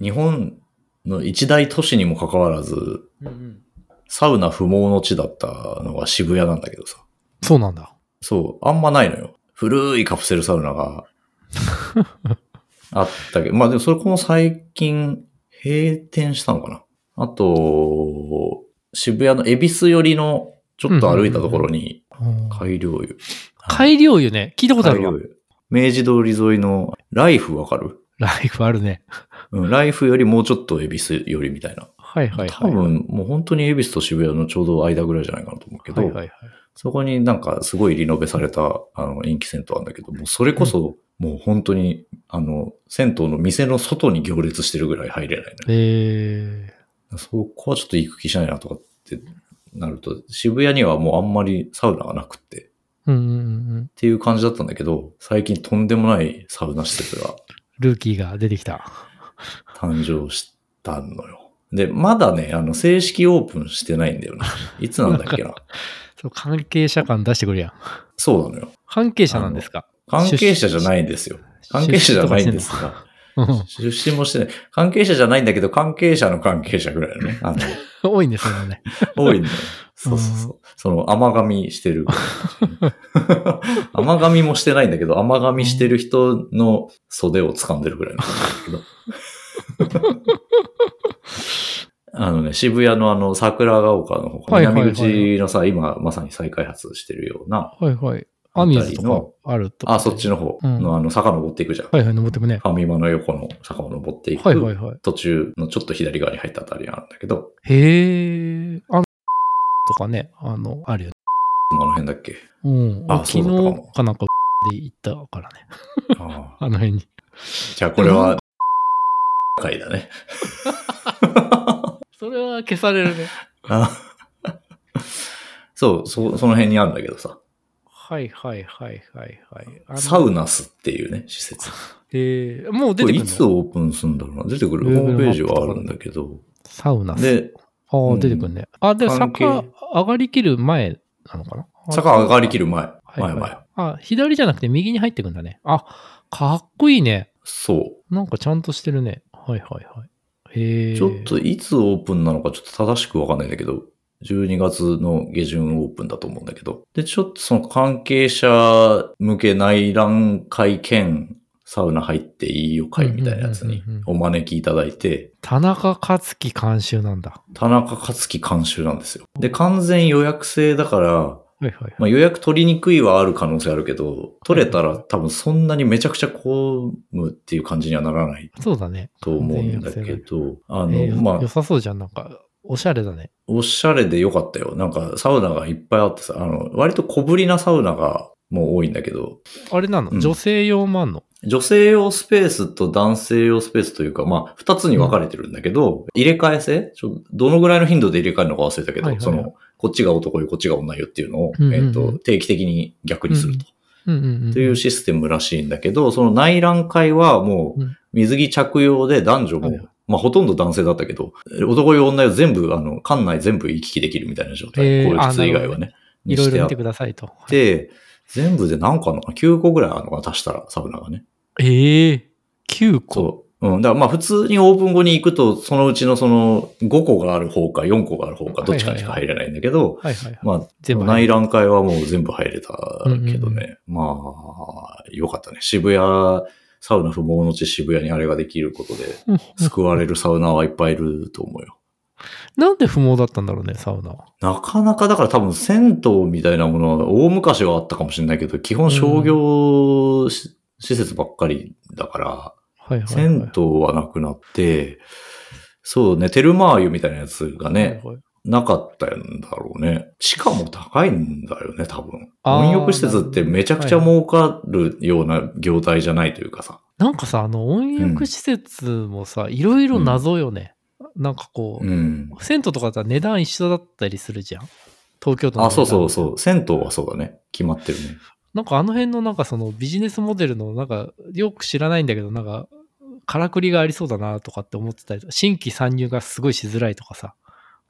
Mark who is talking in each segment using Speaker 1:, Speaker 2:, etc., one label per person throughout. Speaker 1: 日本の一大都市にもかかわらず、
Speaker 2: うんうん。
Speaker 1: サウナ不毛の地だったのが渋谷なんだけどさ。
Speaker 2: そうなんだ。
Speaker 1: そう、あんまないのよ。古いカプセルサウナ があったけど、まあでもそれこの最近閉店したのかな。あと、渋谷の恵比寿寄りのちょっと歩いたところに
Speaker 2: うん
Speaker 1: 改良湯。
Speaker 2: 改良湯ね。聞いたことあ
Speaker 1: 改
Speaker 2: る
Speaker 1: 良
Speaker 2: わ。
Speaker 1: 湯。明治通り沿いのライフわかる
Speaker 2: ライフあるね。
Speaker 1: うん、ライフよりもうちょっと恵比寿寄りみたいな。
Speaker 2: はいはいは
Speaker 1: 多
Speaker 2: い。
Speaker 1: 分もう本当に恵比寿と渋谷のちょうど間ぐらいじゃないかなと思うけど、
Speaker 2: はいはいはい。
Speaker 1: そこになんかすごいリノベされた、あの、人気銭湯あるんだけど、もうそれこそ、もう本当に、あの、銭湯の店の外に行列してるぐらい入れない
Speaker 2: え
Speaker 1: ね。そこはちょっと行く気しないなとかってなると、渋谷にはもうあんまりサウナがなくって、っ
Speaker 2: ー。うんうんうん。
Speaker 1: ていう感じだったんだけど、最近とんでもないサウナ施設が
Speaker 2: ルーキーが出てきた。
Speaker 1: 誕生したのよ。で、まだね、あの、正式オープンしてないんだよね。いつなんだっけ な。
Speaker 2: そう関係者感出してくるやん。
Speaker 1: そうなのよ。
Speaker 2: 関係者なんですか
Speaker 1: 関係者じゃないんですよ。関係者じゃないんですが。
Speaker 2: うん
Speaker 1: 出資もしてない。関係者じゃないんだけど、関係者の関係者ぐらいのね。 あの、
Speaker 2: 多いんですよね。
Speaker 1: 多いんだよ。そうそうそう。その、甘噛みして る。甘噛みもしてないんだけど、甘噛みしてる人の袖を掴んでる ぐらいの感じだけど。あのね、渋谷のあの、桜ヶ丘の方、
Speaker 2: はいはいはい
Speaker 1: 南口のさ、今まさに再開発してるような、
Speaker 2: はいはい。アミューズとかあると。
Speaker 1: あ、そっちの
Speaker 2: の。
Speaker 1: 方
Speaker 2: う
Speaker 1: のあの、坂登っていくじゃん。
Speaker 2: はいはい、登ってもね。
Speaker 1: ファミマの横の坂を登っていく。
Speaker 2: はいはいはい。
Speaker 1: 途中のちょっと左側に入ったあたりにあるんだけど、
Speaker 2: へえ。あの、とかね、あの、あるよね。
Speaker 1: あの辺だっ け
Speaker 2: うん。
Speaker 1: あ
Speaker 2: 昨
Speaker 1: そうだったかも
Speaker 2: 日かなんかで行ったからね。
Speaker 1: ああ
Speaker 2: あの辺に。
Speaker 1: じゃあこれは、回だね。
Speaker 2: それは消されるね。
Speaker 1: あ そう、そ、その辺にあるんだけどさ、
Speaker 2: はいはいはいはいはい。あの
Speaker 1: サウナスっていうね、施設。
Speaker 2: へえ。もう出
Speaker 1: これ
Speaker 2: てく
Speaker 1: い
Speaker 2: る
Speaker 1: つ
Speaker 2: の
Speaker 1: オープンするんだろうな。出てくる
Speaker 2: Google
Speaker 1: ホームページはあるんだけど。
Speaker 2: サウナ。
Speaker 1: で、
Speaker 2: あ
Speaker 1: う
Speaker 2: あ、
Speaker 1: ん
Speaker 2: 出てくるね。あ、で、
Speaker 1: 関係
Speaker 2: 坂上がりきる前なのかな
Speaker 1: 坂上がりきる前。
Speaker 2: はいは
Speaker 1: 前
Speaker 2: い
Speaker 1: 前。
Speaker 2: あ、左じゃなくて右に入ってくんだね。あ、かっこいいね。
Speaker 1: そ
Speaker 2: なんかちゃんとしてるね。はいはいはい。
Speaker 1: う。
Speaker 2: へえ。
Speaker 1: ちょっといつオープンなのかちょっと正しくわかんないんだけど、12月の下旬オープンだと思うんだけど。で、ちょっとその関係者向け内覧会兼サウナ入っていいよ会みたいなやつに
Speaker 2: うんうんうんうん
Speaker 1: お招きいただいて、
Speaker 2: 田中克樹監修なんだ。
Speaker 1: 田中克樹監修なんですよ。で、完全予約制だから、
Speaker 2: はいはい
Speaker 1: ま
Speaker 2: はい。
Speaker 1: あ、予約取りにくいはある可能性あるけど、取れたら多分そんなにめちゃくちゃ混むっていう感じにはならない
Speaker 2: そうだね。
Speaker 1: と思うんだけど、あ
Speaker 2: あ
Speaker 1: の、ま
Speaker 2: 良
Speaker 1: あ、
Speaker 2: さそうじゃん。なんか、おしゃれだね。
Speaker 1: おしゃれでよかったよ。なんかサウナがいっぱいあってさ、あの、割と小ぶりなサウナがもう多いんだけど、
Speaker 2: あれなの、
Speaker 1: うん
Speaker 2: 女性用もあんの
Speaker 1: 女性用スペースと男性用スペースというか、まあ、二つに分かれてるんだけど、入れ替え制ちょどのぐらいの頻度で入れ替えるのか忘れたけど、
Speaker 2: はいはい
Speaker 1: そ
Speaker 2: はい
Speaker 1: の、こっちが男よ、こっちが女よっていうのを、
Speaker 2: うんうんうん
Speaker 1: えっと、定期的に逆にすると。
Speaker 2: うんうんうん。
Speaker 1: というシステムらしいんだけど、その内覧会はも
Speaker 2: う
Speaker 1: うん水着着用で男女も、
Speaker 2: はいはい
Speaker 1: まあほとんど男性だったけど、男用女用全部、あの、館内全部行き来できるみたいな状態、
Speaker 2: へー
Speaker 1: 公
Speaker 2: あ
Speaker 1: 室以外
Speaker 2: なるほ
Speaker 1: は
Speaker 2: どね
Speaker 1: ね、
Speaker 2: い
Speaker 1: に
Speaker 2: ろい
Speaker 1: し
Speaker 2: ろ
Speaker 1: てあ
Speaker 2: 見
Speaker 1: って
Speaker 2: くださいと。はい
Speaker 1: て、全部で何個あるのかな ?9 個ぐらいあるのかな足したら、サウナがね。
Speaker 2: ええ9個。
Speaker 1: そう。うん。だからまあ普通にオープン後に行くと、そのうちのその5個がある方か4個がある方か、どっちかしか入れないんだけど、
Speaker 2: はいはいはい。
Speaker 1: まあ
Speaker 2: 全部入
Speaker 1: 内
Speaker 2: る。
Speaker 1: 覧会はもう全部入れたけどね。まあ、よかったね。渋谷、サウナ不毛の地渋谷にあれができることで、救われるサウナーはいっぱいいると思うよ。
Speaker 2: なんで不毛だったんだろうね、サウナは。
Speaker 1: なかなかだから多分銭湯みたいなものは大昔はあったかもしれないけど、基本商業し、施設ばっかりだから、
Speaker 2: はいはい、はい。
Speaker 1: 銭湯はなくなって、そうね、テルマー湯みたいなやつがね、
Speaker 2: はいはい
Speaker 1: なかったんだろうね。しかも高いんだよね、多分。
Speaker 2: あー
Speaker 1: 温浴施設ってめちゃくちゃ儲かるような業態じゃないというかさ。
Speaker 2: なんかさ、あの、温浴施設もさ、いろいろ謎よね。なんかこう、
Speaker 1: うん。
Speaker 2: 銭湯とかさ、値段一緒だったりするじゃん東京都の。
Speaker 1: あ、そうそうそう。銭湯はそうだね。決まってるね。
Speaker 2: なんかあの辺のなんかそのビジネスモデルのなんかよく知らないんだけどなんかからくりがありそうだなとかって思ってたり新規参入がすごいしづらいとかさ。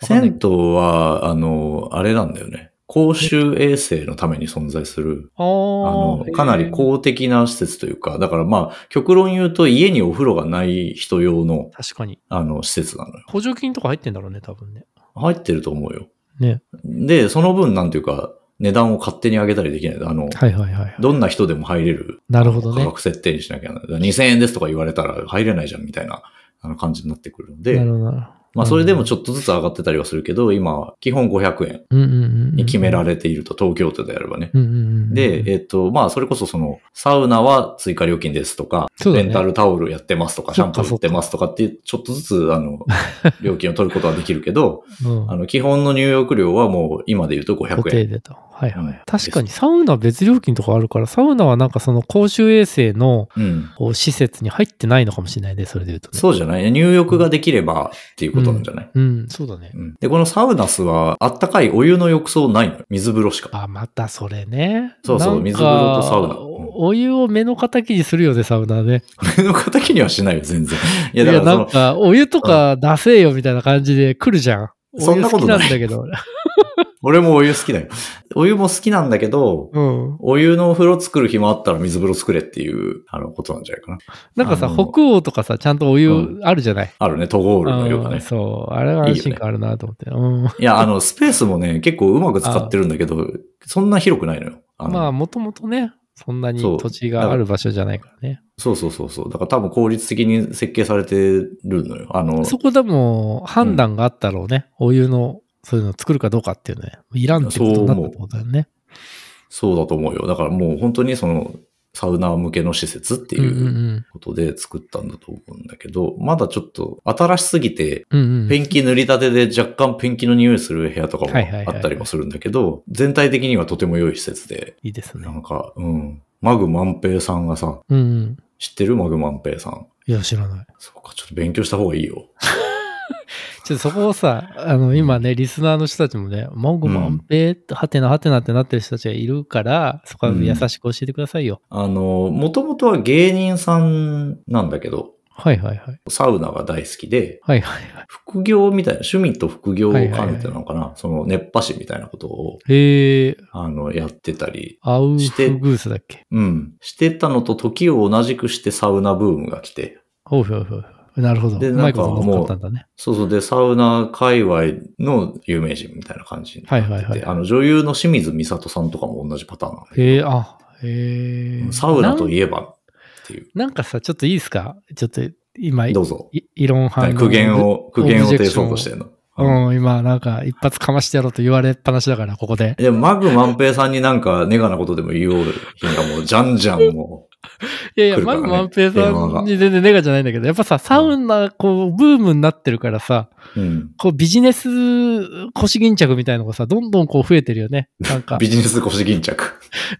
Speaker 2: わかんない
Speaker 1: 銭湯は、あの、あれなんだよね。公衆衛生のために存在する、
Speaker 2: あ
Speaker 1: あ
Speaker 2: の
Speaker 1: の、かなり公的な施設というか、だからまあ、極論言うと家にお風呂がない人用の、
Speaker 2: 確かに。
Speaker 1: あの、施設なのよ。
Speaker 2: 補助金とか入ってんだろうね、多分ね。
Speaker 1: 入ってると思うよ。
Speaker 2: ね。
Speaker 1: で、その分なんていうか、値段を勝手に上げたりできない。あの、
Speaker 2: はいはいはい。
Speaker 1: どんな人でも入れる
Speaker 2: なるほど
Speaker 1: 価
Speaker 2: ね。
Speaker 1: 格設定にしなきゃならない。2000円ですとか言われたら入れないじゃんみたいなあの感じになってくるの
Speaker 2: な
Speaker 1: で
Speaker 2: る、ほどな。
Speaker 1: まあそれでもちょっとずつ上がってたりはするけど、今は基本500円
Speaker 2: うんうんうんうん。
Speaker 1: に決められていると、東京都であればね。
Speaker 2: うんうんうんうん。
Speaker 1: で、えっと、まあそれこそその、サウナは追加料金ですとか、
Speaker 2: そうだ
Speaker 1: レ
Speaker 2: ね
Speaker 1: ンタルタオルやってますとか、シャ
Speaker 2: そっ
Speaker 1: ンプ
Speaker 2: か
Speaker 1: ー売ってますとかって、ちょっとずつあ の、料金を取ることはできるけど、
Speaker 2: うん
Speaker 1: あの、基本の入浴料はもう今で言うと
Speaker 2: 固
Speaker 1: 500
Speaker 2: 定
Speaker 1: 円。
Speaker 2: でと。はいはい。
Speaker 1: うん
Speaker 2: 確かにサウナ別料金とかあるから、サウナはなんかその公衆衛生の
Speaker 1: うん。
Speaker 2: こう施設に入ってないのかもしれないね、それで言うとね。
Speaker 1: そうじゃない入浴ができればっていうことなんじゃない、
Speaker 2: うん、そうだね。
Speaker 1: うんで、このサウナスは、あったかいお湯の浴槽ないのよ水風呂しか。
Speaker 2: あ、またそれね。
Speaker 1: そうそう
Speaker 2: なんか
Speaker 1: 水風呂とサウナうん
Speaker 2: おお湯を目の敵にするよね、サウナね。
Speaker 1: 目の敵にはしないよ、全然。い
Speaker 2: い
Speaker 1: や、だか
Speaker 2: や、
Speaker 1: ら
Speaker 2: な
Speaker 1: そ
Speaker 2: ん
Speaker 1: の、
Speaker 2: か、お湯とか出せよみたいな感じで来るじゃん。
Speaker 1: そんなことない
Speaker 2: お湯好きなんだけど。
Speaker 1: 俺もお湯好きだよ。お湯も好きなんだけど、
Speaker 2: うん。
Speaker 1: お湯のお風呂作る暇あったら水風呂作れっていう、あの、ことなんじゃないかな。
Speaker 2: なんかさ、
Speaker 1: あの
Speaker 2: 北欧とかさ、ちゃんとお湯
Speaker 1: う
Speaker 2: あるじゃない。
Speaker 1: あるね、トゴールのよう
Speaker 2: う
Speaker 1: が
Speaker 2: ん
Speaker 1: ね。
Speaker 2: そう。あれは安心感あるなと思って。うん。
Speaker 1: いや、あの、スペースもね、結構うまく使ってるんだけど、そんな広くないのよ。あの
Speaker 2: まあ、もともとね、そんなに
Speaker 1: そう
Speaker 2: 土地がある場所じゃないからね。
Speaker 1: そうそうそうそう。だから多分効率的に設計されてるのよ。あの、
Speaker 2: そこでも判断があったろうね。お湯の、そういうのを作るかどうかっていうね。いらんってことになったってことだよね。
Speaker 1: そうだと思うよ。だからもう本当にその、サウナー向けの施設って
Speaker 2: うん
Speaker 1: い
Speaker 2: うんう。
Speaker 1: ううんことで作ったんだと思うんだけど、まだちょっと新しすぎて、
Speaker 2: うんうん。
Speaker 1: ペンキ塗りたてで若干ペンキの匂いする部屋とかも
Speaker 2: はいはいはい
Speaker 1: あったりもするんだけど、全体的にはとても良い施設で、
Speaker 2: いいです
Speaker 1: な
Speaker 2: ね。
Speaker 1: んか、うん。マグ万平さんがさ、
Speaker 2: うんうん。
Speaker 1: 知ってるマグ万平さん。
Speaker 2: いや、知らない。
Speaker 1: そうか、ちょっと勉強した方がいいよ。
Speaker 2: ちょっとそこをさ、あの、今ね、リスナーの人たちもね、文句
Speaker 1: うん
Speaker 2: 満平って、はてなはてなってなってる人たちがいるから、そこは優しく教えてくださいよ。
Speaker 1: あの、もともとは芸人さんなんだけど、
Speaker 2: はいはいはい。
Speaker 1: サウナが大好きで、
Speaker 2: はいはいはい。
Speaker 1: 副業みたいな、趣味と副業を兼ねてなのかな、その熱波師みたいなことを、
Speaker 2: えー、
Speaker 1: あの、やってたり、
Speaker 2: アウ
Speaker 1: して
Speaker 2: フグースだっけ
Speaker 1: うん、してたのと時を同じくしてサウナブームが来て、
Speaker 2: ほうほうほうほう。なるほど。
Speaker 1: で
Speaker 2: う
Speaker 1: な
Speaker 2: ま
Speaker 1: ん
Speaker 2: い
Speaker 1: か
Speaker 2: こと乗っかったんだね。
Speaker 1: そうそう、で、サウナ界隈の有名人みたいな感じになってて、
Speaker 2: はいはいはい
Speaker 1: あの、女優の清水美里さんとかも同じパターンなの
Speaker 2: えー、あ、えー。
Speaker 1: サウナと
Speaker 2: なん
Speaker 1: いえばっていう、
Speaker 2: なんかさ、ちょっといいですかちょっと、今、い
Speaker 1: どうぞ。
Speaker 2: 異論反応。
Speaker 1: 苦言。を、苦言を
Speaker 2: オブジ
Speaker 1: 呈
Speaker 2: ェクショ
Speaker 1: そ
Speaker 2: ン
Speaker 1: うとしてるの。
Speaker 2: うん、今、なんか、一発かましてやろうと言われっぱなしだから、ここで。
Speaker 1: でも、マグ万平さんになんか、ネガなことでも言おう日にはもう、じゃんじゃんも
Speaker 2: いやいや、
Speaker 1: 来るか
Speaker 2: マ
Speaker 1: ら
Speaker 2: グ
Speaker 1: ね
Speaker 2: マンペイさ
Speaker 1: 電話が
Speaker 2: んに全然ネガじゃないんだけど、やっぱさ、サウナ、こう、ブームになってるからさ、
Speaker 1: う、うん。
Speaker 2: こう、ビジネス腰巾着みたいのがさ、どんどんこう増えてるよね。な んか
Speaker 1: ビ、ジネス腰巾着。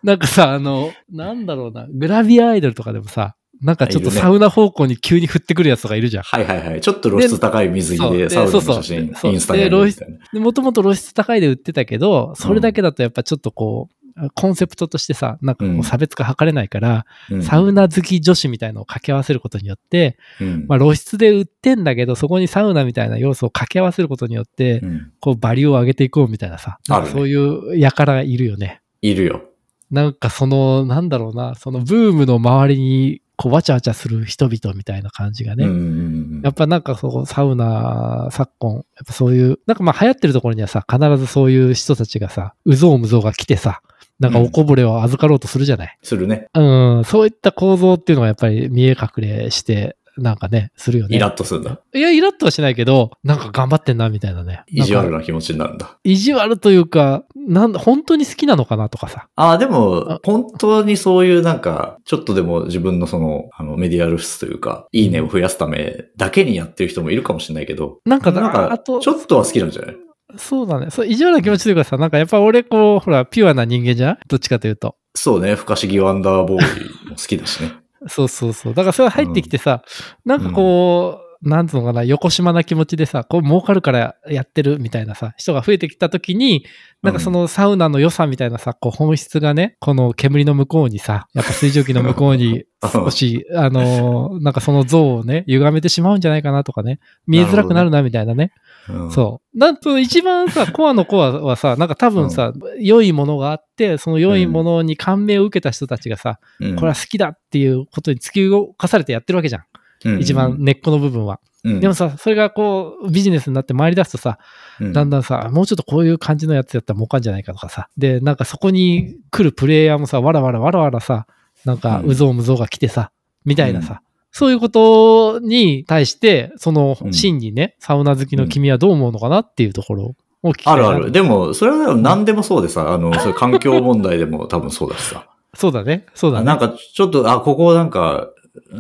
Speaker 2: なんかさ、あの、なんだろうな、グラビアアイドルとかでもさ、なんかちょっと
Speaker 1: いるね
Speaker 2: サウナ方向に急に振ってくるやつとかいるじゃん。
Speaker 1: はいはいはい。ちょっと露出高い水着
Speaker 2: そう
Speaker 1: で
Speaker 2: で
Speaker 1: サウナの
Speaker 2: そうそう
Speaker 1: 写真、
Speaker 2: そう
Speaker 1: インスタに上げるみたいな。
Speaker 2: で、もともと露出高いで売ってたけど、それだけだとやっぱちょっとこう、コンセプトとしてさ、なんかこう差別化図れないから、
Speaker 1: うん
Speaker 2: サウナ好き女子みたいのを掛け合わせることによって、
Speaker 1: うん
Speaker 2: まあ、露出で売ってんだけど、そこにサウナみたいな要素を掛け合わせることによって、
Speaker 1: うん
Speaker 2: こう、バリューを上げていこうみたいなさ、
Speaker 1: あるね
Speaker 2: なんかそういう輩がいるよね。
Speaker 1: いるよ。
Speaker 2: なんかその、なんだろうな、そのブームの周りに、こう、わちゃわちゃする人々みたいな感じがね。
Speaker 1: うんうんうんう
Speaker 2: やっ
Speaker 1: ん
Speaker 2: ぱなんかそこ、サウナ、昨今、やっぱそういう、なんかまあ流行ってるところにはさ、必ずそういう人たちがさ、うぞうむぞうが来てさ、なんかおこぼれを預かろうとするじゃない。
Speaker 1: するね。
Speaker 2: うん、そういった構造っていうのがやっぱり見え隠れして、なんかね、するよね。
Speaker 1: イラッとするんだ。
Speaker 2: いや、イラッとはしないけど、なんか頑張ってんな、みたいなね。
Speaker 1: 意地悪
Speaker 2: なんか
Speaker 1: な気持ちになるんだ。
Speaker 2: 意地悪というか、なん本当に好きなのかなとかさ。
Speaker 1: ああ、で
Speaker 2: あ
Speaker 1: も、本当にそういうなんか、ちょっとでも自分のその、あの、メディア露出というか、いいねを増やすためだけにやってる人もいるかもしれないけど、
Speaker 2: なんか、
Speaker 1: なん
Speaker 2: あ
Speaker 1: か、ち
Speaker 2: と、
Speaker 1: ょっとは好きなんじゃない
Speaker 2: そうだね。そう、意地悪な気持ちというかさ、なんかやっぱ俺、こう、ほら、ピュアな人間じゃんどっちかというと。
Speaker 1: そうね、不可思議ワンダーボーイも好きだしね。
Speaker 2: そうそうそう。だからそれが入ってきてさ、なんかこう、なんつうのかな、横島な気持ちでさ、こう儲かるからやってるみたいなさ、人が増えてきた時に、 なんかそのサウナの良さみたいなさ、こう本質がね、この煙の向こうにさ、やっぱ水蒸気の向こ うに少し、あのーなんかその像をね、歪めてしまうんじゃないかなとかね、見えづらくなるなみたいなね。
Speaker 1: うん
Speaker 2: そう。なんと一番 さ、コアのコアはさ、なんか多分さ、良いものがあって、その良いものに感銘を受けた人たちがさ、
Speaker 1: うん。
Speaker 2: これは好きだっていうことに突き動かされてやってるわけじゃん。
Speaker 1: うん
Speaker 2: 一番、根っこの部分は。
Speaker 1: うん
Speaker 2: でも、さ、それがこう、ビジネスになって回り出すとさ、だん
Speaker 1: だ
Speaker 2: だんさ、もうちょっとこういう感じのやつやったら儲かんじゃないかとかさ。で、なんかそこに来るプレイヤーもさ、わらわらわらわらさ、なんか、
Speaker 1: うん
Speaker 2: うぞうむぞうが来てさ、みたいなさ。そういうことに対して、その
Speaker 1: う、ん
Speaker 2: 真にね、サウナ好きの君はどう思うのかなっていうところを聞きたい
Speaker 1: あ
Speaker 2: な
Speaker 1: るある。。でも、それは何でもそうでさ、あの、 それ環境問題でも多分そうだしさ。
Speaker 2: そうだね。そうだね。
Speaker 1: なんか、ちょっと、あ、ここなんか、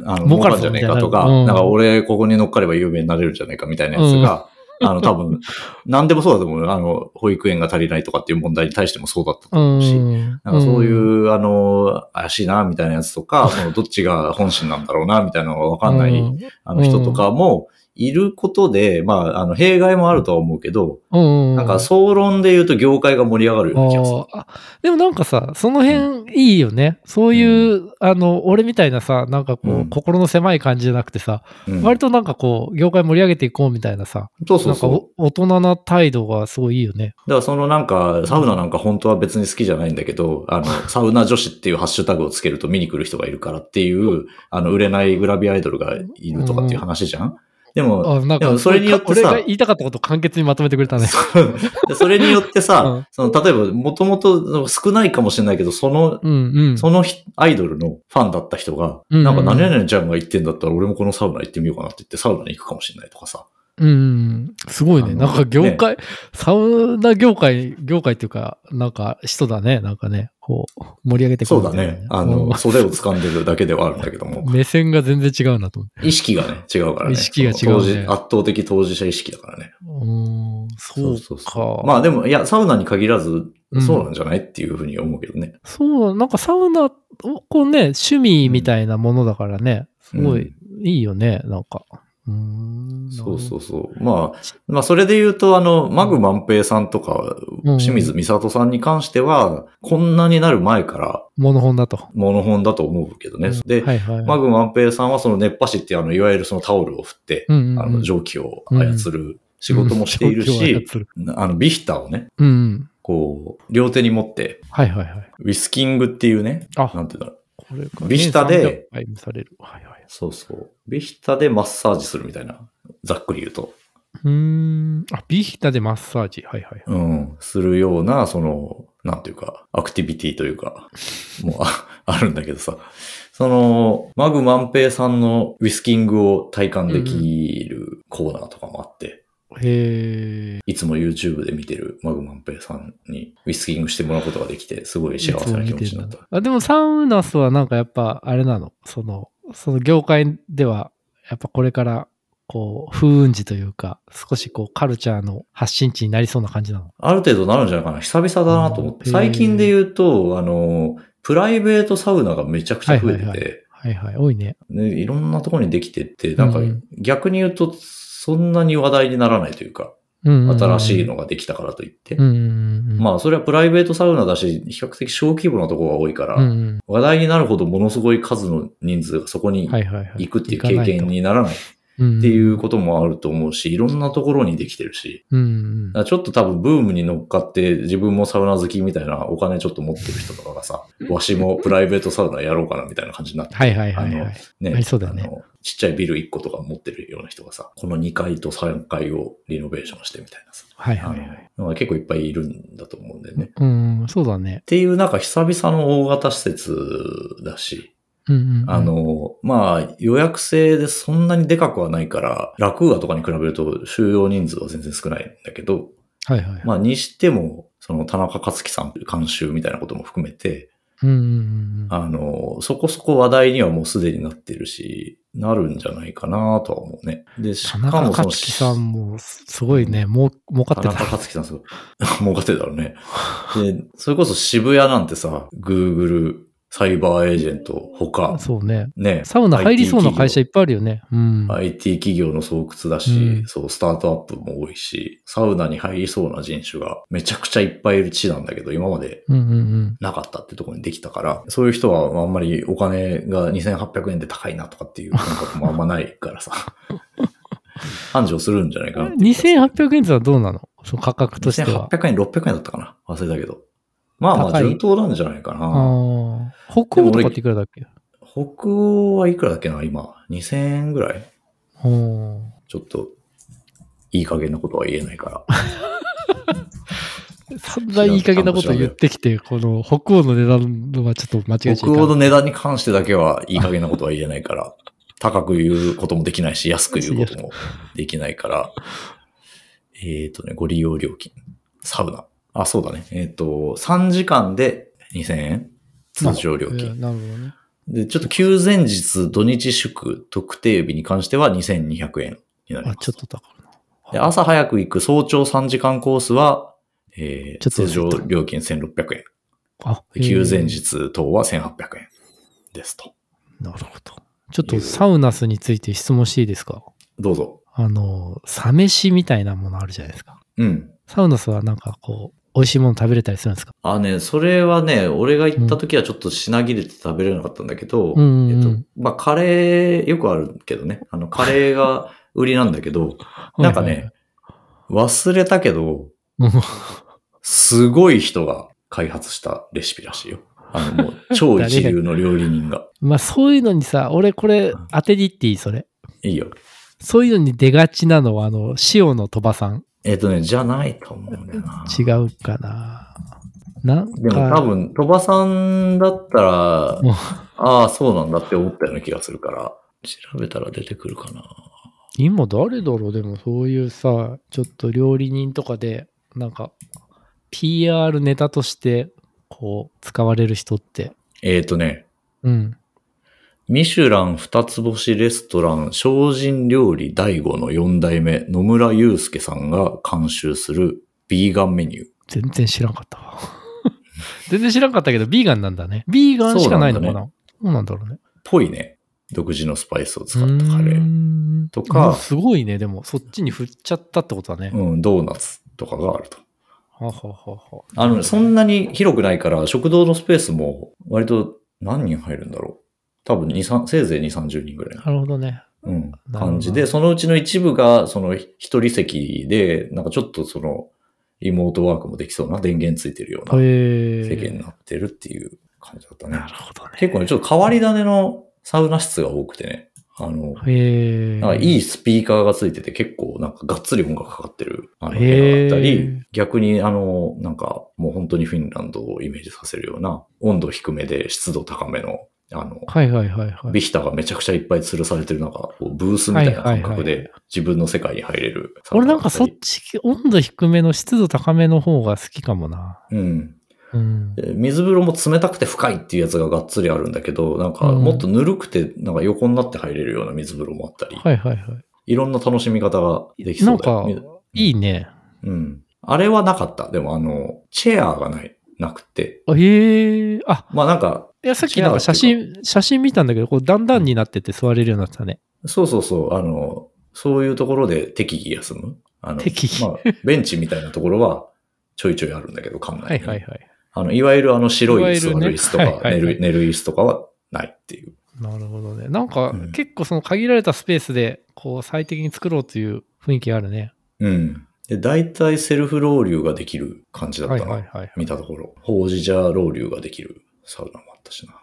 Speaker 1: あの、
Speaker 2: 儲
Speaker 1: 儲
Speaker 2: か
Speaker 1: か
Speaker 2: る
Speaker 1: る
Speaker 2: ぞ
Speaker 1: んじゃねえかと
Speaker 2: み
Speaker 1: か、
Speaker 2: たいなうん
Speaker 1: なんか俺、ここに乗っかれば有名になれるんじゃないかみたいなやつが、あの、多分、何でもそうだと思うよ。あの、保育園が足りないとかっていう問題に対してもそうだったと
Speaker 2: う
Speaker 1: 思うし、
Speaker 2: ん。
Speaker 1: なんかそういうう、あの、怪しいな、みたいなやつと か、そのどっちが本心なんだろうな、みたいなのがわかんない、
Speaker 2: うん
Speaker 1: あの人とかも、いることで、まあ、あの、弊害もあるとは思うけど、
Speaker 2: うん。
Speaker 1: なんか、総論で言うと業界が盛り上がるような気がする。
Speaker 2: あーあでもなんかさ、その辺いいよね。そういう、あの、俺みたいなさ、なんかこう、
Speaker 1: うん
Speaker 2: 心の狭い感じじゃなくてさ、
Speaker 1: うん、
Speaker 2: 割となんかこう、業界盛り上げていこうみたいなさ、
Speaker 1: そうそうそう
Speaker 2: なんかお大人な態度がすごいいいよね。
Speaker 1: だからそのなんか、サウナなんか本当は別に好きじゃないんだけど、あの、サウナ女子っていうハッシュタグをつけると見に来る人がいるからっていう、あの、売れないグラビアアイドルがいるとかっていう話じゃんでも、
Speaker 2: あなん
Speaker 1: い
Speaker 2: か、
Speaker 1: やそれによってさ
Speaker 2: 俺が言いたかったことを簡潔にまとめてくれたね。
Speaker 1: それによって
Speaker 2: う
Speaker 1: さ
Speaker 2: ん、
Speaker 1: その、例えば、もともと少ないかもしれないけど、その、
Speaker 2: うんうん。
Speaker 1: そのひアイドルのファンだった人が、
Speaker 2: うんうん
Speaker 1: なんか何々ちゃんが行ってんだったら俺もこのサウナ行ってみようかなって言ってサウナに行くかもしれないとかさ。
Speaker 2: うんうん。すごいね。
Speaker 1: あの
Speaker 2: なんか業界、サウナ業界、業界っていうか、なんか人だね。なんかね、こう、盛り上げてく
Speaker 1: そ
Speaker 2: る
Speaker 1: う
Speaker 2: みた
Speaker 1: だ
Speaker 2: いな
Speaker 1: ね。あの、袖を掴んでるだけではあるんだけど
Speaker 2: う
Speaker 1: も
Speaker 2: ん。目線が全然違うなと思って。
Speaker 1: 意識がね、違うからね。
Speaker 2: 意識が違うね
Speaker 1: その当時圧倒的当事者意識だからね。
Speaker 2: うーん、そうか。
Speaker 1: そうそうまあでも、いや、サウナに限らず、そうなんじゃない、っていうふうに思うけどね。
Speaker 2: そうだ、なんかサウナをこうね、趣味みたいなものだからね、すごいいいよね、なんか。うーん。。
Speaker 1: そうそううそう。まあ、まあ、それで言うと、あの、マグ万平さんとか、
Speaker 2: うん
Speaker 1: 清水美里さんに関しては、こんなになる前から、
Speaker 2: モノ本だと。
Speaker 1: モノ本だと思うけどね。
Speaker 2: うん
Speaker 1: で、
Speaker 2: はいはいはい、
Speaker 1: マグ万平さんはその熱波師っていうあの、いわゆるそのタオルを振って、
Speaker 2: うんうんうん、
Speaker 1: あの、蒸気を操る仕事もしている
Speaker 2: うん
Speaker 1: し、、
Speaker 2: 状況を操る
Speaker 1: あの、ビヒタをね、
Speaker 2: うんうん。
Speaker 1: こう、両手に持って、
Speaker 2: はいはいはい。
Speaker 1: ウィスキングっていうね、な
Speaker 2: あ、
Speaker 1: んていうんだろう。
Speaker 2: これか。
Speaker 1: ビヒタで
Speaker 2: 1300回もされる。はいはい。
Speaker 1: そうそう。ビヒタでマッサージするみたいな。ざっくり言うと。
Speaker 2: うーん。あ、ビヒタでマッサージ。はいはい。
Speaker 1: うん。するような、その、なんていうか、アクティビティというか、もうあ、 あるんだけどさ。その、マグマンペイさんのウィスキングを体感できるコーナーとかもあって、
Speaker 2: へえ。
Speaker 1: いつも YouTube で見てるマグマンペイさんにウィスキングしてもらうことができて、すごい幸せな気持ちになった。
Speaker 2: あでもサウナスはなんかやっぱあれなのそのその業界ではやっぱこれからこう風雲児というか少しこうカルチャーの発信地になりそうな感じなの
Speaker 1: ある程度なるんじゃないかな。久々だなと思っ
Speaker 2: う
Speaker 1: て。
Speaker 2: ん
Speaker 1: 最近で言うと、あの、プライベートサウナがめちゃくちゃ増えてて、
Speaker 2: はいはいははいはい多いね
Speaker 1: ね、いろんなところにできてって、なんか
Speaker 2: うん
Speaker 1: 逆に言うと、そんなに話題にならないというか、新
Speaker 2: 新
Speaker 1: しいのができたからといって
Speaker 2: う。んうんうん
Speaker 1: まあ、それはプライベートサウナだし、比較的小規模なところが多いか
Speaker 2: うん
Speaker 1: ら、
Speaker 2: うん
Speaker 1: 話題になるほどものすごい数の人数がそこに
Speaker 2: はいはいはい
Speaker 1: 行くっていう経験にならないっていうこともあると思うし、いろんなところにできてるし、
Speaker 2: とうんう
Speaker 1: だ
Speaker 2: ん
Speaker 1: からちょっと多分ブームに乗っかって自分もサウナ好きみたいなお金ちょっと持ってる人とかがさ、わしもプライベートサウナやろうかなみたいな感じになって
Speaker 2: はいはいはい
Speaker 1: あ
Speaker 2: は
Speaker 1: の
Speaker 2: い
Speaker 1: ね、
Speaker 2: ありそうだよね
Speaker 1: あのちっちゃいビル1個とか持ってるような人がさ、この2階と3階をリノベーションしてみたいなさ、
Speaker 2: はい
Speaker 1: あ
Speaker 2: はいはい
Speaker 1: のまあ結構いっぱいいるんだと思うんだよね。っ
Speaker 2: うんうんそうだね
Speaker 1: ていうなんか久々の大型施設だし、
Speaker 2: うんうんうん
Speaker 1: あの、まあ予約制でそんなにでかくはないから、ラクーアとかに比べると収容人数は全然少ないんだけど、
Speaker 2: はいはい
Speaker 1: まあにしても、その田中克樹さん監修みたいなことも含めて、
Speaker 2: うんうんうんうん
Speaker 1: あの、そこそこ話題にはもうすでになってるし、なるんじゃないかなとは思うね。で、し
Speaker 2: 田
Speaker 1: か
Speaker 2: 中
Speaker 1: もその、
Speaker 2: 克樹さんもすごいねもう儲か
Speaker 1: 田
Speaker 2: ってた
Speaker 1: 中克樹さん、そう。儲かってたろうね。で、それこそ渋谷なんてさ、Google サイバーエージェント、他、
Speaker 2: そうね。
Speaker 1: ね。
Speaker 2: サウナ入りそうな会
Speaker 1: IT
Speaker 2: 社いっぱいあるよね。うん。
Speaker 1: 企業 IT 企業の巣窟だし、
Speaker 2: うん
Speaker 1: そう、スタートアップも多いし、サウナに入りそうな人種がめちゃくちゃいっぱいいる地なんだけど、今まで
Speaker 2: うんうんうん。
Speaker 1: なかったってところにできたから、そういう人はあんまりお金が2800円で高いなとかっていう感覚もあんまないから さ、繁盛するんじゃないかなっていう気がする。
Speaker 2: 2800円ってのはどうなのその価格としては。
Speaker 1: 2800円、600円だったかな忘れたけど。まあま
Speaker 2: 高
Speaker 1: あ、
Speaker 2: い
Speaker 1: 順当なんじゃないか
Speaker 2: あ
Speaker 1: な。
Speaker 2: あ。北欧とかっていくらだっけ
Speaker 1: 北欧はいくらだっけな今。2000円ぐらい
Speaker 2: おー
Speaker 1: ちょっと、いい加減なことは言えないから。
Speaker 2: そんないい加減なこと言ってきて、この北欧の値段はちょっと間違えちゃいか
Speaker 1: 北
Speaker 2: ん
Speaker 1: 欧の値段に関してだけはいい加減なことは言えないから、 高く言うこともできないし、安く言うこともできないから、えっ、とね、ご利用料金。サウナ。あ、そうだね。えっ、と、3時間で2000円通常料
Speaker 2: う
Speaker 1: 金。
Speaker 2: んなるほどね。
Speaker 1: で、ちょっと休前日、土日祝、特定日に関しては2200円になりま
Speaker 2: あ、
Speaker 1: す。
Speaker 2: ちょっと高いな。
Speaker 1: で朝早く行く早朝3時間コースは、えー
Speaker 2: ちょっと
Speaker 1: 通常料金1600円。
Speaker 2: あ、
Speaker 1: で休前
Speaker 2: え
Speaker 1: 日等は1800円ですと。
Speaker 2: ーなるほど。ちょっとサウナスについて質問していいですか
Speaker 1: どうぞ。
Speaker 2: あの、サ飯みたいなものあるじゃないですか。
Speaker 1: うん。
Speaker 2: サウナスはなんかこう、美味しいもの食べれたりするんですか
Speaker 1: あね、それはね、俺が行った時はちょっと品切れて食べれなかったんだけど、
Speaker 2: うんうんうん
Speaker 1: えっと、まあ、カレー、よくあるけどね、あの、カレーが売りなんだけど、なんかね、忘れたけど、
Speaker 2: はいはいはい、
Speaker 1: すごい人が開発したレシピらしいよ。あの、もう、超一流の料理人が。
Speaker 2: うんまあそういうのにさ、俺これ当てに行っていいそれ。
Speaker 1: いいよ。
Speaker 2: そういうのに出がちなのは、あの、塩の鳥羽さん。
Speaker 1: えっ、とね、じゃないと思うんだよな。
Speaker 2: 違うかな。なんか。
Speaker 1: でも多分、鳥羽さんだったら、
Speaker 2: もう
Speaker 1: ああ、そうなんだって思ったような気がするから、調べたら出てくるかな。
Speaker 2: 今誰だろうでもそういうさちょっと料理人とかでなんか PR ネタとしてこう使われる人って
Speaker 1: えっ、とね、
Speaker 2: うん
Speaker 1: ミシュラン二つ星レストラン精進料理第五の4代目野村祐介さんが監修するビーガンメニュー。
Speaker 2: 全然知らんかった わ全然知らんかったけどビーガンなんだねビーガンしかないのかなそうなんだろうね
Speaker 1: ぽいね。独自のスパイスを使ったカレー。
Speaker 2: ー
Speaker 1: とか
Speaker 2: すごいねでもそっちに振っちゃったってことだね、
Speaker 1: うん、ドーナツとかがあると。
Speaker 2: はははは
Speaker 1: あのね、そんなに広くないから、食堂のスペースも割と何人入るんだろう。多分2、3、せいぜい2、30人ぐらい。
Speaker 2: なるほどね
Speaker 1: うん、
Speaker 2: なるほど
Speaker 1: 感じで、そのうちの一部が、その一人席で、なんかちょっとその、リモートワークもできそうな電源ついてるような
Speaker 2: へえ
Speaker 1: 世間になってるっていう感じだったね
Speaker 2: な。るほどね
Speaker 1: 結構ね、ちょっと変わり種のサウナ室が多くてね、あの、
Speaker 2: へえ
Speaker 1: なんかいいスピーカーがついてて結構なんかがっつり音楽かかってるあの
Speaker 2: へー
Speaker 1: 部屋だったり、逆にあの、なんかもう本当にフィンランドをイメージさせるような温度低めで湿度高めの、あの、
Speaker 2: はいはいはいはい
Speaker 1: ビヒタがめちゃくちゃいっぱい吊るされてる中、こうブースみたいな感
Speaker 2: はいは
Speaker 1: 覚
Speaker 2: いはい
Speaker 1: で自分の世界に入れる。
Speaker 2: 俺なんかそ
Speaker 1: サウ
Speaker 2: っ
Speaker 1: ナだ
Speaker 2: ち、温度低めの湿度高めの方が好きかもな。
Speaker 1: たりうん。
Speaker 2: うん。
Speaker 1: で水風呂も冷たくて深いっていうやつががっつりあるんだけど、なんかもっとぬるくて、なんか横になって入れるような水風呂もあったり、、
Speaker 2: はいはいはい
Speaker 1: ろんな楽しみ方ができ
Speaker 2: い。
Speaker 1: そ
Speaker 2: な
Speaker 1: うんだよ
Speaker 2: か、いいね。
Speaker 1: うん。あれはなかった。でもあの、チェアがない、なくて。
Speaker 2: あへえ。あ、
Speaker 1: まあなんか、
Speaker 2: いやさっきなんか写真、写真見たんだけど、こう、だんだんになってて座れるようになってたね。
Speaker 1: そうそうそう、あの、そういうところで適宜休む。あの、
Speaker 2: 適宜
Speaker 1: まあ、ベンチみたいなところはちょいちょいあるんだけど、館内に
Speaker 2: はいはいはい。
Speaker 1: あの、いわゆるあの白い椅子、
Speaker 2: いわゆるね
Speaker 1: 悪い椅子とか、
Speaker 2: はいはいはい
Speaker 1: 寝る、寝る椅子とかはないっていう。
Speaker 2: なるほどね。なんか
Speaker 1: うん、
Speaker 2: 結構その限られたスペースで、こう、最適に作ろうという雰囲気があるね。
Speaker 1: うん。で、大体セルフロウリュができる感じだった
Speaker 2: はい
Speaker 1: な。
Speaker 2: はいはい。
Speaker 1: 見たところ。ほうじ茶ロウリュができるサウナもあったしな。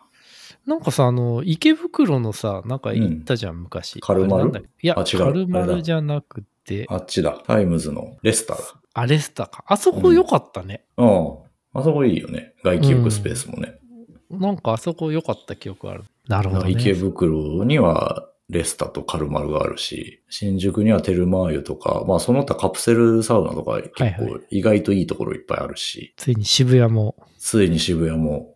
Speaker 2: なんかさ、あの、池袋のさ、なんか行ったじゃん、昔。
Speaker 1: カルマル
Speaker 2: あれなんだっけいや、
Speaker 1: あ違う
Speaker 2: カルマ
Speaker 1: あれだ
Speaker 2: ルじゃなくて、
Speaker 1: あっちだ。タイムズのレスターだ。
Speaker 2: アレスタか。あそこ良かったね。
Speaker 1: ああ。あそこいいよね。外気浴スペースもね。
Speaker 2: なんかあそこ良かった記憶ある。なる
Speaker 1: なんか池袋にはレスタとカルマルがあるし、新宿にはテルマー湯とか、まあその他カプセルサウナとか結
Speaker 2: はいは
Speaker 1: 構意外といいところいっぱいあるし、
Speaker 2: ついに渋谷も。
Speaker 1: ついに渋谷も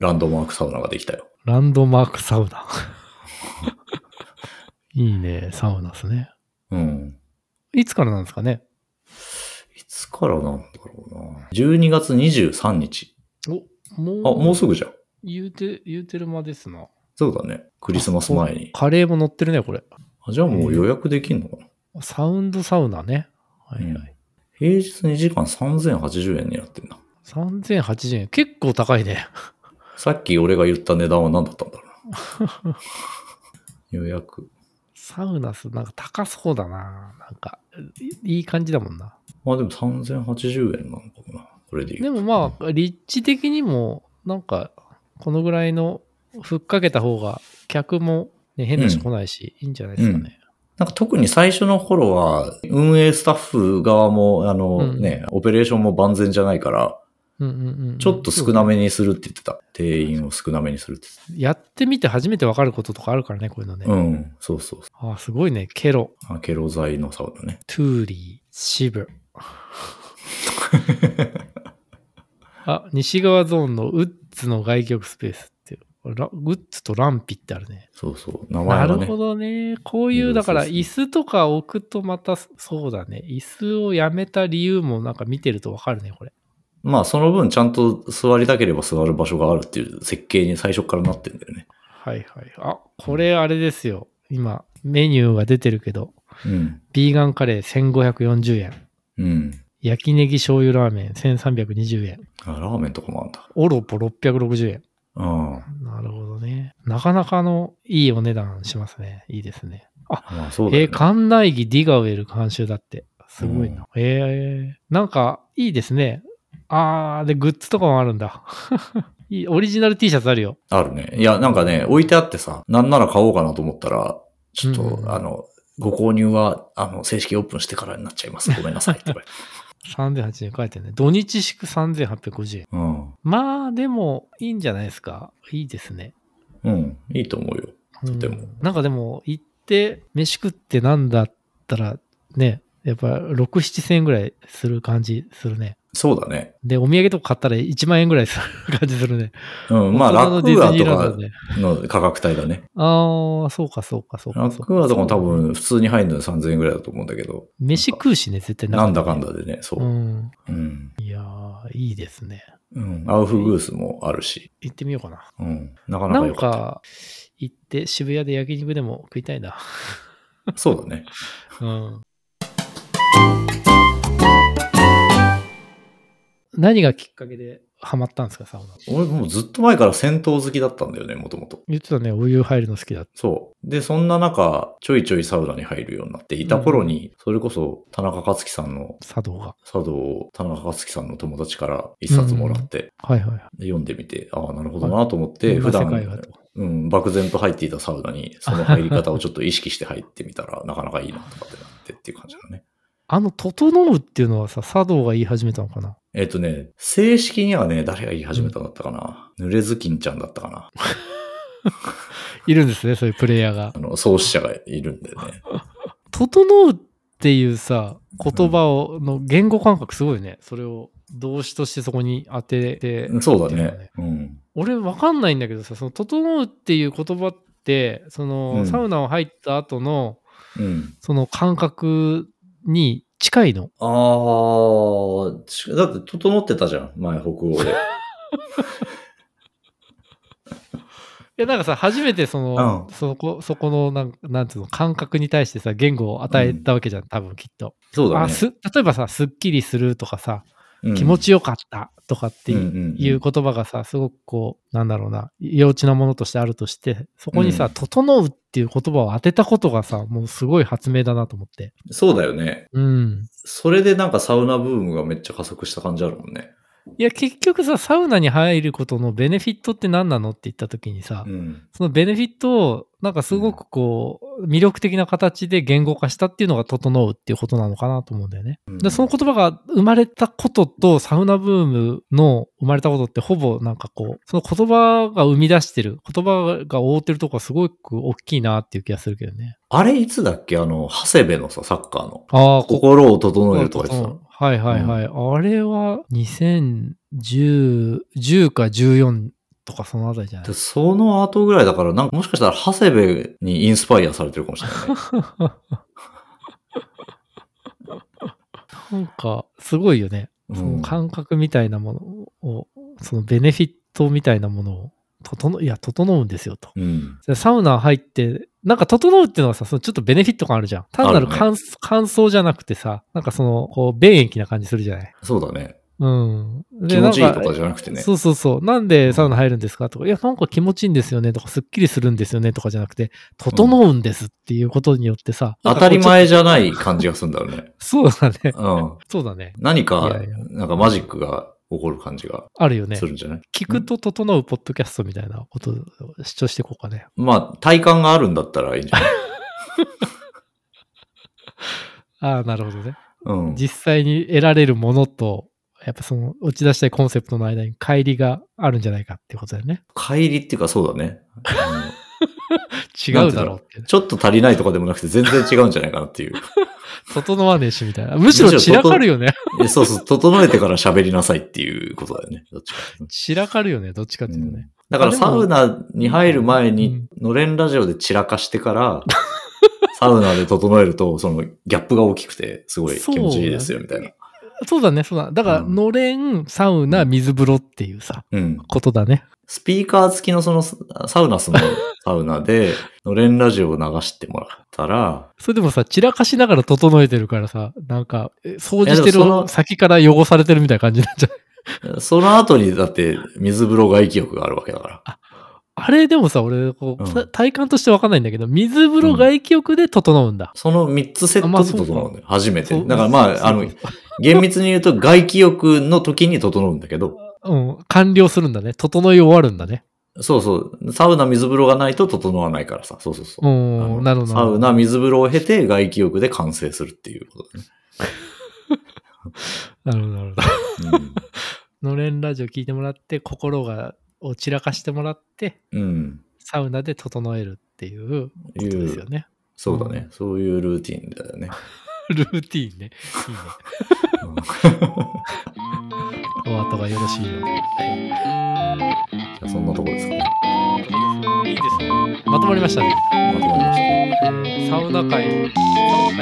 Speaker 1: ランドマークサウナができたよ。
Speaker 2: ランドマークサウナ。 いいね、サウナですね。
Speaker 1: うん。
Speaker 2: いつからなんですかね。
Speaker 1: いつからなんだろうな。12月23日。
Speaker 2: お、も
Speaker 1: あ、
Speaker 2: う、
Speaker 1: もうすぐじゃん。
Speaker 2: 言うて、言うてる間ですな。
Speaker 1: そうだね。クリスマス前に。
Speaker 2: カレーも乗ってるね、これ。
Speaker 1: あじゃあもう予約できんのかな、
Speaker 2: サウンドサウナね。はいはい。
Speaker 1: 平日2時間3080円になってんな。
Speaker 2: 3080円。結構高いね。
Speaker 1: さっき俺が言った値段は何だったんだろうな。 予約。
Speaker 2: サウナス、なんか高そうだな。なんか、いいい感じだもんな。
Speaker 1: まあでも3080円なのかもな。これで言
Speaker 2: で
Speaker 1: う。
Speaker 2: もまあ、立地的にも、なんか、このぐらいの、ふっかけた方が、客も、ね、変な人来ないし、いいんじゃないですかね。
Speaker 1: なんか特に最初の頃は、運営スタッフ側も、あの
Speaker 2: うん
Speaker 1: ね、オペレーションも万全じゃないから、
Speaker 2: うんうんうんうん
Speaker 1: ちょっと少なめにするって言ってた。定員を少なめにするって
Speaker 2: やってみて初めて分かることとかあるからね、こういうのね。
Speaker 1: 言ってた。うん、そうそうそ
Speaker 2: ああ、すごいね。ケロ、
Speaker 1: う。あケロ剤のサウナね。
Speaker 2: トゥーリー、シ ブ。あ、西側ゾーンのウッズの外局スペースっていう。ラウッズとランピってあるね。
Speaker 1: そうそう。名
Speaker 2: な
Speaker 1: 前が
Speaker 2: る
Speaker 1: ね
Speaker 2: ほ。どね。こうい
Speaker 1: そうそ
Speaker 2: う、
Speaker 1: う
Speaker 2: だから
Speaker 1: そう
Speaker 2: 椅子とか置くとまた、そうだね。椅子をやめた理由もなんか見てると分かるね、これ。
Speaker 1: まあその分ちゃんと座りたければ座る場所があるっていう設計に最初からなってんだよね。
Speaker 2: はいはい。あ、これあれですよ。今、メニューが出てるけど、
Speaker 1: うん。
Speaker 2: ビーガンカレー1540円。
Speaker 1: うん。
Speaker 2: 焼きネギ醤油ラーメン1320円。
Speaker 1: あ、ラーメンとかもあんだ。
Speaker 2: オロポ660円。
Speaker 1: うん。
Speaker 2: なるほどね。なかなかのいいお値段しますね。いいですね。あ、
Speaker 1: まあそうだ
Speaker 2: え
Speaker 1: よ
Speaker 2: ー、
Speaker 1: ね。
Speaker 2: 館内着ディガウェル監修だって。すごいな。えー、なんかいいですね。あー、で、グッズとかもあるんだ。 いい、オリジナル T シャツあるよ。
Speaker 1: あるね。いや、なんかね、置いてあってさ、なんなら買おうかなと思ったら、ちょっと、
Speaker 2: うん
Speaker 1: あの、ご購入は、あの、正式オープンしてからになっちゃいます。ごめんなさいって言われ て。
Speaker 2: 3008円書いてるね。土日祝3850円。
Speaker 1: うん。
Speaker 2: まあ、でも、いいんじゃないですか。いいですね。
Speaker 1: うん。いいと思うよ。とても
Speaker 2: うんなんかでも行って飯食ってなんだったらねやっぱ67000円ぐらいする感じするね
Speaker 1: そうだね。
Speaker 2: でお土産とか買ったら1万円ぐらいする感じするね
Speaker 1: うん。まあ、
Speaker 2: 大人
Speaker 1: ラ
Speaker 2: の
Speaker 1: ク
Speaker 2: ディ
Speaker 1: ー
Speaker 2: ズ
Speaker 1: ア
Speaker 2: ニ
Speaker 1: と
Speaker 2: ーランド
Speaker 1: か
Speaker 2: で
Speaker 1: の価格帯だね。
Speaker 2: ああそうかそうか そうか
Speaker 1: ラ
Speaker 2: そう
Speaker 1: クーアとかも多
Speaker 2: そう
Speaker 1: 分、普通に入るので3000円ぐらいだと思うんだけど、
Speaker 2: 飯食うしね絶対
Speaker 1: なんだ
Speaker 2: 中
Speaker 1: かん
Speaker 2: で
Speaker 1: だでね、そうう。
Speaker 2: ん
Speaker 1: うん。
Speaker 2: いやーいいですね
Speaker 1: うん。アウフグースもあるし、
Speaker 2: 行ってみようかな
Speaker 1: うん。なかな
Speaker 2: な
Speaker 1: か
Speaker 2: ん
Speaker 1: よかった。
Speaker 2: か行って渋谷で焼肉でも食いたいな
Speaker 1: そうだね。
Speaker 2: うん何がきっかけでハマったんですか、サウナ。
Speaker 1: 俺もうずっと前から戦闘好きだったんだよね、もともと。
Speaker 2: 言ってたね、お湯入るの好きだって。
Speaker 1: そう。で、そんな中、ちょいちょいサウナに入るようになっていた頃に、それこそ、田中克樹さんの、
Speaker 2: 茶道が。
Speaker 1: 茶道を田中克樹さんの友達から一冊もらって、
Speaker 2: はいはいはい。
Speaker 1: で読んでみて、ああ、なるほどなと思って、普
Speaker 2: こんな世界が
Speaker 1: 段、
Speaker 2: と
Speaker 1: うん、漠然と入っていたサウナ に、その入り方をちょっと意識して入ってみたら、なかなかいいなとかってなってっていう感じだね。
Speaker 2: あの、整うっていうのはさ、茶道が言い始めたのかな。
Speaker 1: えっ、とね、正式にはね、誰が言い始めたんだったかな。濡れずきんちゃんだったかな。
Speaker 2: いるんですね、そういうプレイヤーが
Speaker 1: あ。の、創始者がいるんだよね。
Speaker 2: 整うっていうさ、言葉を、の言語感覚すごいね。それを動詞としてそこに当てて。
Speaker 1: そうだ
Speaker 2: 言ってるよ
Speaker 1: ね。うん。
Speaker 2: 俺わかんないんだけどさ、その、整うっていう言葉って、その、
Speaker 1: うん
Speaker 2: サウナを入った後の、
Speaker 1: うん。
Speaker 2: その感覚に近いの。
Speaker 1: あーちだって整ってたじゃん、前北欧 で。
Speaker 2: いや、なんかさ、初めてその、
Speaker 1: うん
Speaker 2: そこ、そこのなん、なんつうの、感覚に対してさ、言語を与えたわけじゃん、多分きっと。
Speaker 1: そうだ
Speaker 2: あ、
Speaker 1: ね。
Speaker 2: す、例えばさ、すっきりするとかさ、
Speaker 1: うん
Speaker 2: 気持ちよかったとかっていう。
Speaker 1: んんん
Speaker 2: いう言葉がさ、すごくこう、なんだろうな、幼稚なものとしてあるとして、そこに
Speaker 1: う
Speaker 2: さ、
Speaker 1: ん
Speaker 2: 整うっていう言葉を当てたことがさ、もうすごい発明だなと思って。
Speaker 1: そうだよね。
Speaker 2: うん。
Speaker 1: それでなんかサウナブームがめっちゃ加速した感じあるもんね。
Speaker 2: いや、結局さ、サウナに入ることのベネフィットって何なのって言った時にさ、
Speaker 1: うん。
Speaker 2: そのベネフィットを、なんかすごくこう、魅力的な形で言語化したっていうのが整うっていうことなのかなと思うんだよね。
Speaker 1: うん
Speaker 2: で、その言葉が生まれたこととサウナブームの生まれたことってほぼなんかこう、その言葉が生み出してる、言葉が覆ってるとこはすごく大きいなっていう気がするけどね。
Speaker 1: あれいつだっけあの、長谷部のさ、サッカーの。
Speaker 2: ああ、こ
Speaker 1: 心を整え
Speaker 2: は
Speaker 1: るとか言って
Speaker 2: はいはいはい。あれは2010、10か14とかそのあたりじゃな
Speaker 1: た。
Speaker 2: い
Speaker 1: でその後ぐらいだから、なんかもしかしたら長谷部にインスパイアされてるかもしれない ね。
Speaker 2: なんか、すごいよね。
Speaker 1: うん
Speaker 2: その感覚みたいなものを、そのベネフィットみたいなものを整う、いや、整うんですよと。
Speaker 1: うん。
Speaker 2: でサウナ入って、なんか整うっていうのはさ、そのちょっとベネフィット感あるじゃん。単なる
Speaker 1: あるね
Speaker 2: 乾,、乾燥じゃなくてさ、なんかその、こう、便益な感じするじゃない。
Speaker 1: そうだね。
Speaker 2: うん。で
Speaker 1: 気持ちいいと
Speaker 2: なん
Speaker 1: かじゃなくてね。
Speaker 2: そうそうそう。なんでサウナ入るんですかとか、いや、なんか気持ちいいんですよねとか、すっきりするんですよねとかじゃなくて、整うんですっていうことによってさ、
Speaker 1: 当たり前じゃない感じがするんだよね。
Speaker 2: そうだね。
Speaker 1: うん。
Speaker 2: そうだね。
Speaker 1: 何か、
Speaker 2: いやいや
Speaker 1: なんかマジックが起こる感じが
Speaker 2: あるよね
Speaker 1: す。るんじゃない、
Speaker 2: 聞くと整うポッドキャストみたいなことを主張していこうかね。
Speaker 1: まあ、体感があるんだったらいいん じゃない
Speaker 2: ああ、なるほどね。
Speaker 1: うん。
Speaker 2: 実際に得られるものと、やっぱその打ち出したいコンセプトの間に乖離があるんじゃないかっていうことだよね。
Speaker 1: 帰りっていうかそうだね。うん
Speaker 2: 違うだろうって ね。
Speaker 1: ちょっと足りないとかでもなくて全然違うんじゃないかなっていう。
Speaker 2: 整わねえしみたいな。むしろ
Speaker 1: むしろ
Speaker 2: 散らかるよね。
Speaker 1: えそうそう、整えてから喋りなさいっていうことだよね。どっちかっていうと。
Speaker 2: 散らかるよね、どっちかっていうとね。
Speaker 1: だから
Speaker 2: あでも
Speaker 1: サウナに入る前に、のれんラジオで散らかして から、サウナで整えると、そのギャップが大きくて、すごい気持ちいいですよ、みたいな。
Speaker 2: そうだね、そうだ。だから、
Speaker 1: うん
Speaker 2: のれん、サウナ、水風呂っていうさ、
Speaker 1: うん。
Speaker 2: ことだね。
Speaker 1: スピーカー付きのそのサウナスのサウナ で、のれんラジオを流してもらったら、
Speaker 2: それでもさ、散らかしながら整えてるからさ、なんか、え掃除して
Speaker 1: いやでもその
Speaker 2: る先から汚されてるみたいな感じになっちゃう。
Speaker 1: その後にだって水風呂外気浴があるわけだから。
Speaker 2: あれでもさ、俺こう、
Speaker 1: うん
Speaker 2: た体感としてわかんないんだけど、水風呂外気浴で整うんだ。
Speaker 1: その3つセットで整うんだよ。初めて。
Speaker 2: そう
Speaker 1: だからま
Speaker 2: そう
Speaker 1: あ、あの、厳密に言うと外気浴の時に整うんだけど、
Speaker 2: うん、完了するんだね。整い終わるんだね。
Speaker 1: そうそう、サウナ水風呂がないと整わないからさ。そうそうそうう。あ
Speaker 2: ん
Speaker 1: の、
Speaker 2: なるほど。
Speaker 1: サウナ水風呂を経て外気浴で完成するっていうこと
Speaker 2: なるほど、なるほど。
Speaker 1: だね。
Speaker 2: のれんラジオ聞いてもらって、心が、を散らかしてもらって、
Speaker 1: うん。
Speaker 2: サウナで整えるっていう
Speaker 1: うん。
Speaker 2: こ
Speaker 1: い
Speaker 2: とですよ
Speaker 1: う、
Speaker 2: ね。
Speaker 1: そうだね。そういうルーティンだよね。
Speaker 2: ルーティーンね。いいね。お後がよろしいようで。
Speaker 1: じゃあそんなとこですかね。
Speaker 2: いいですね。まとまりましたね。
Speaker 1: まとまりましたね。
Speaker 2: サウナ界。サウナ界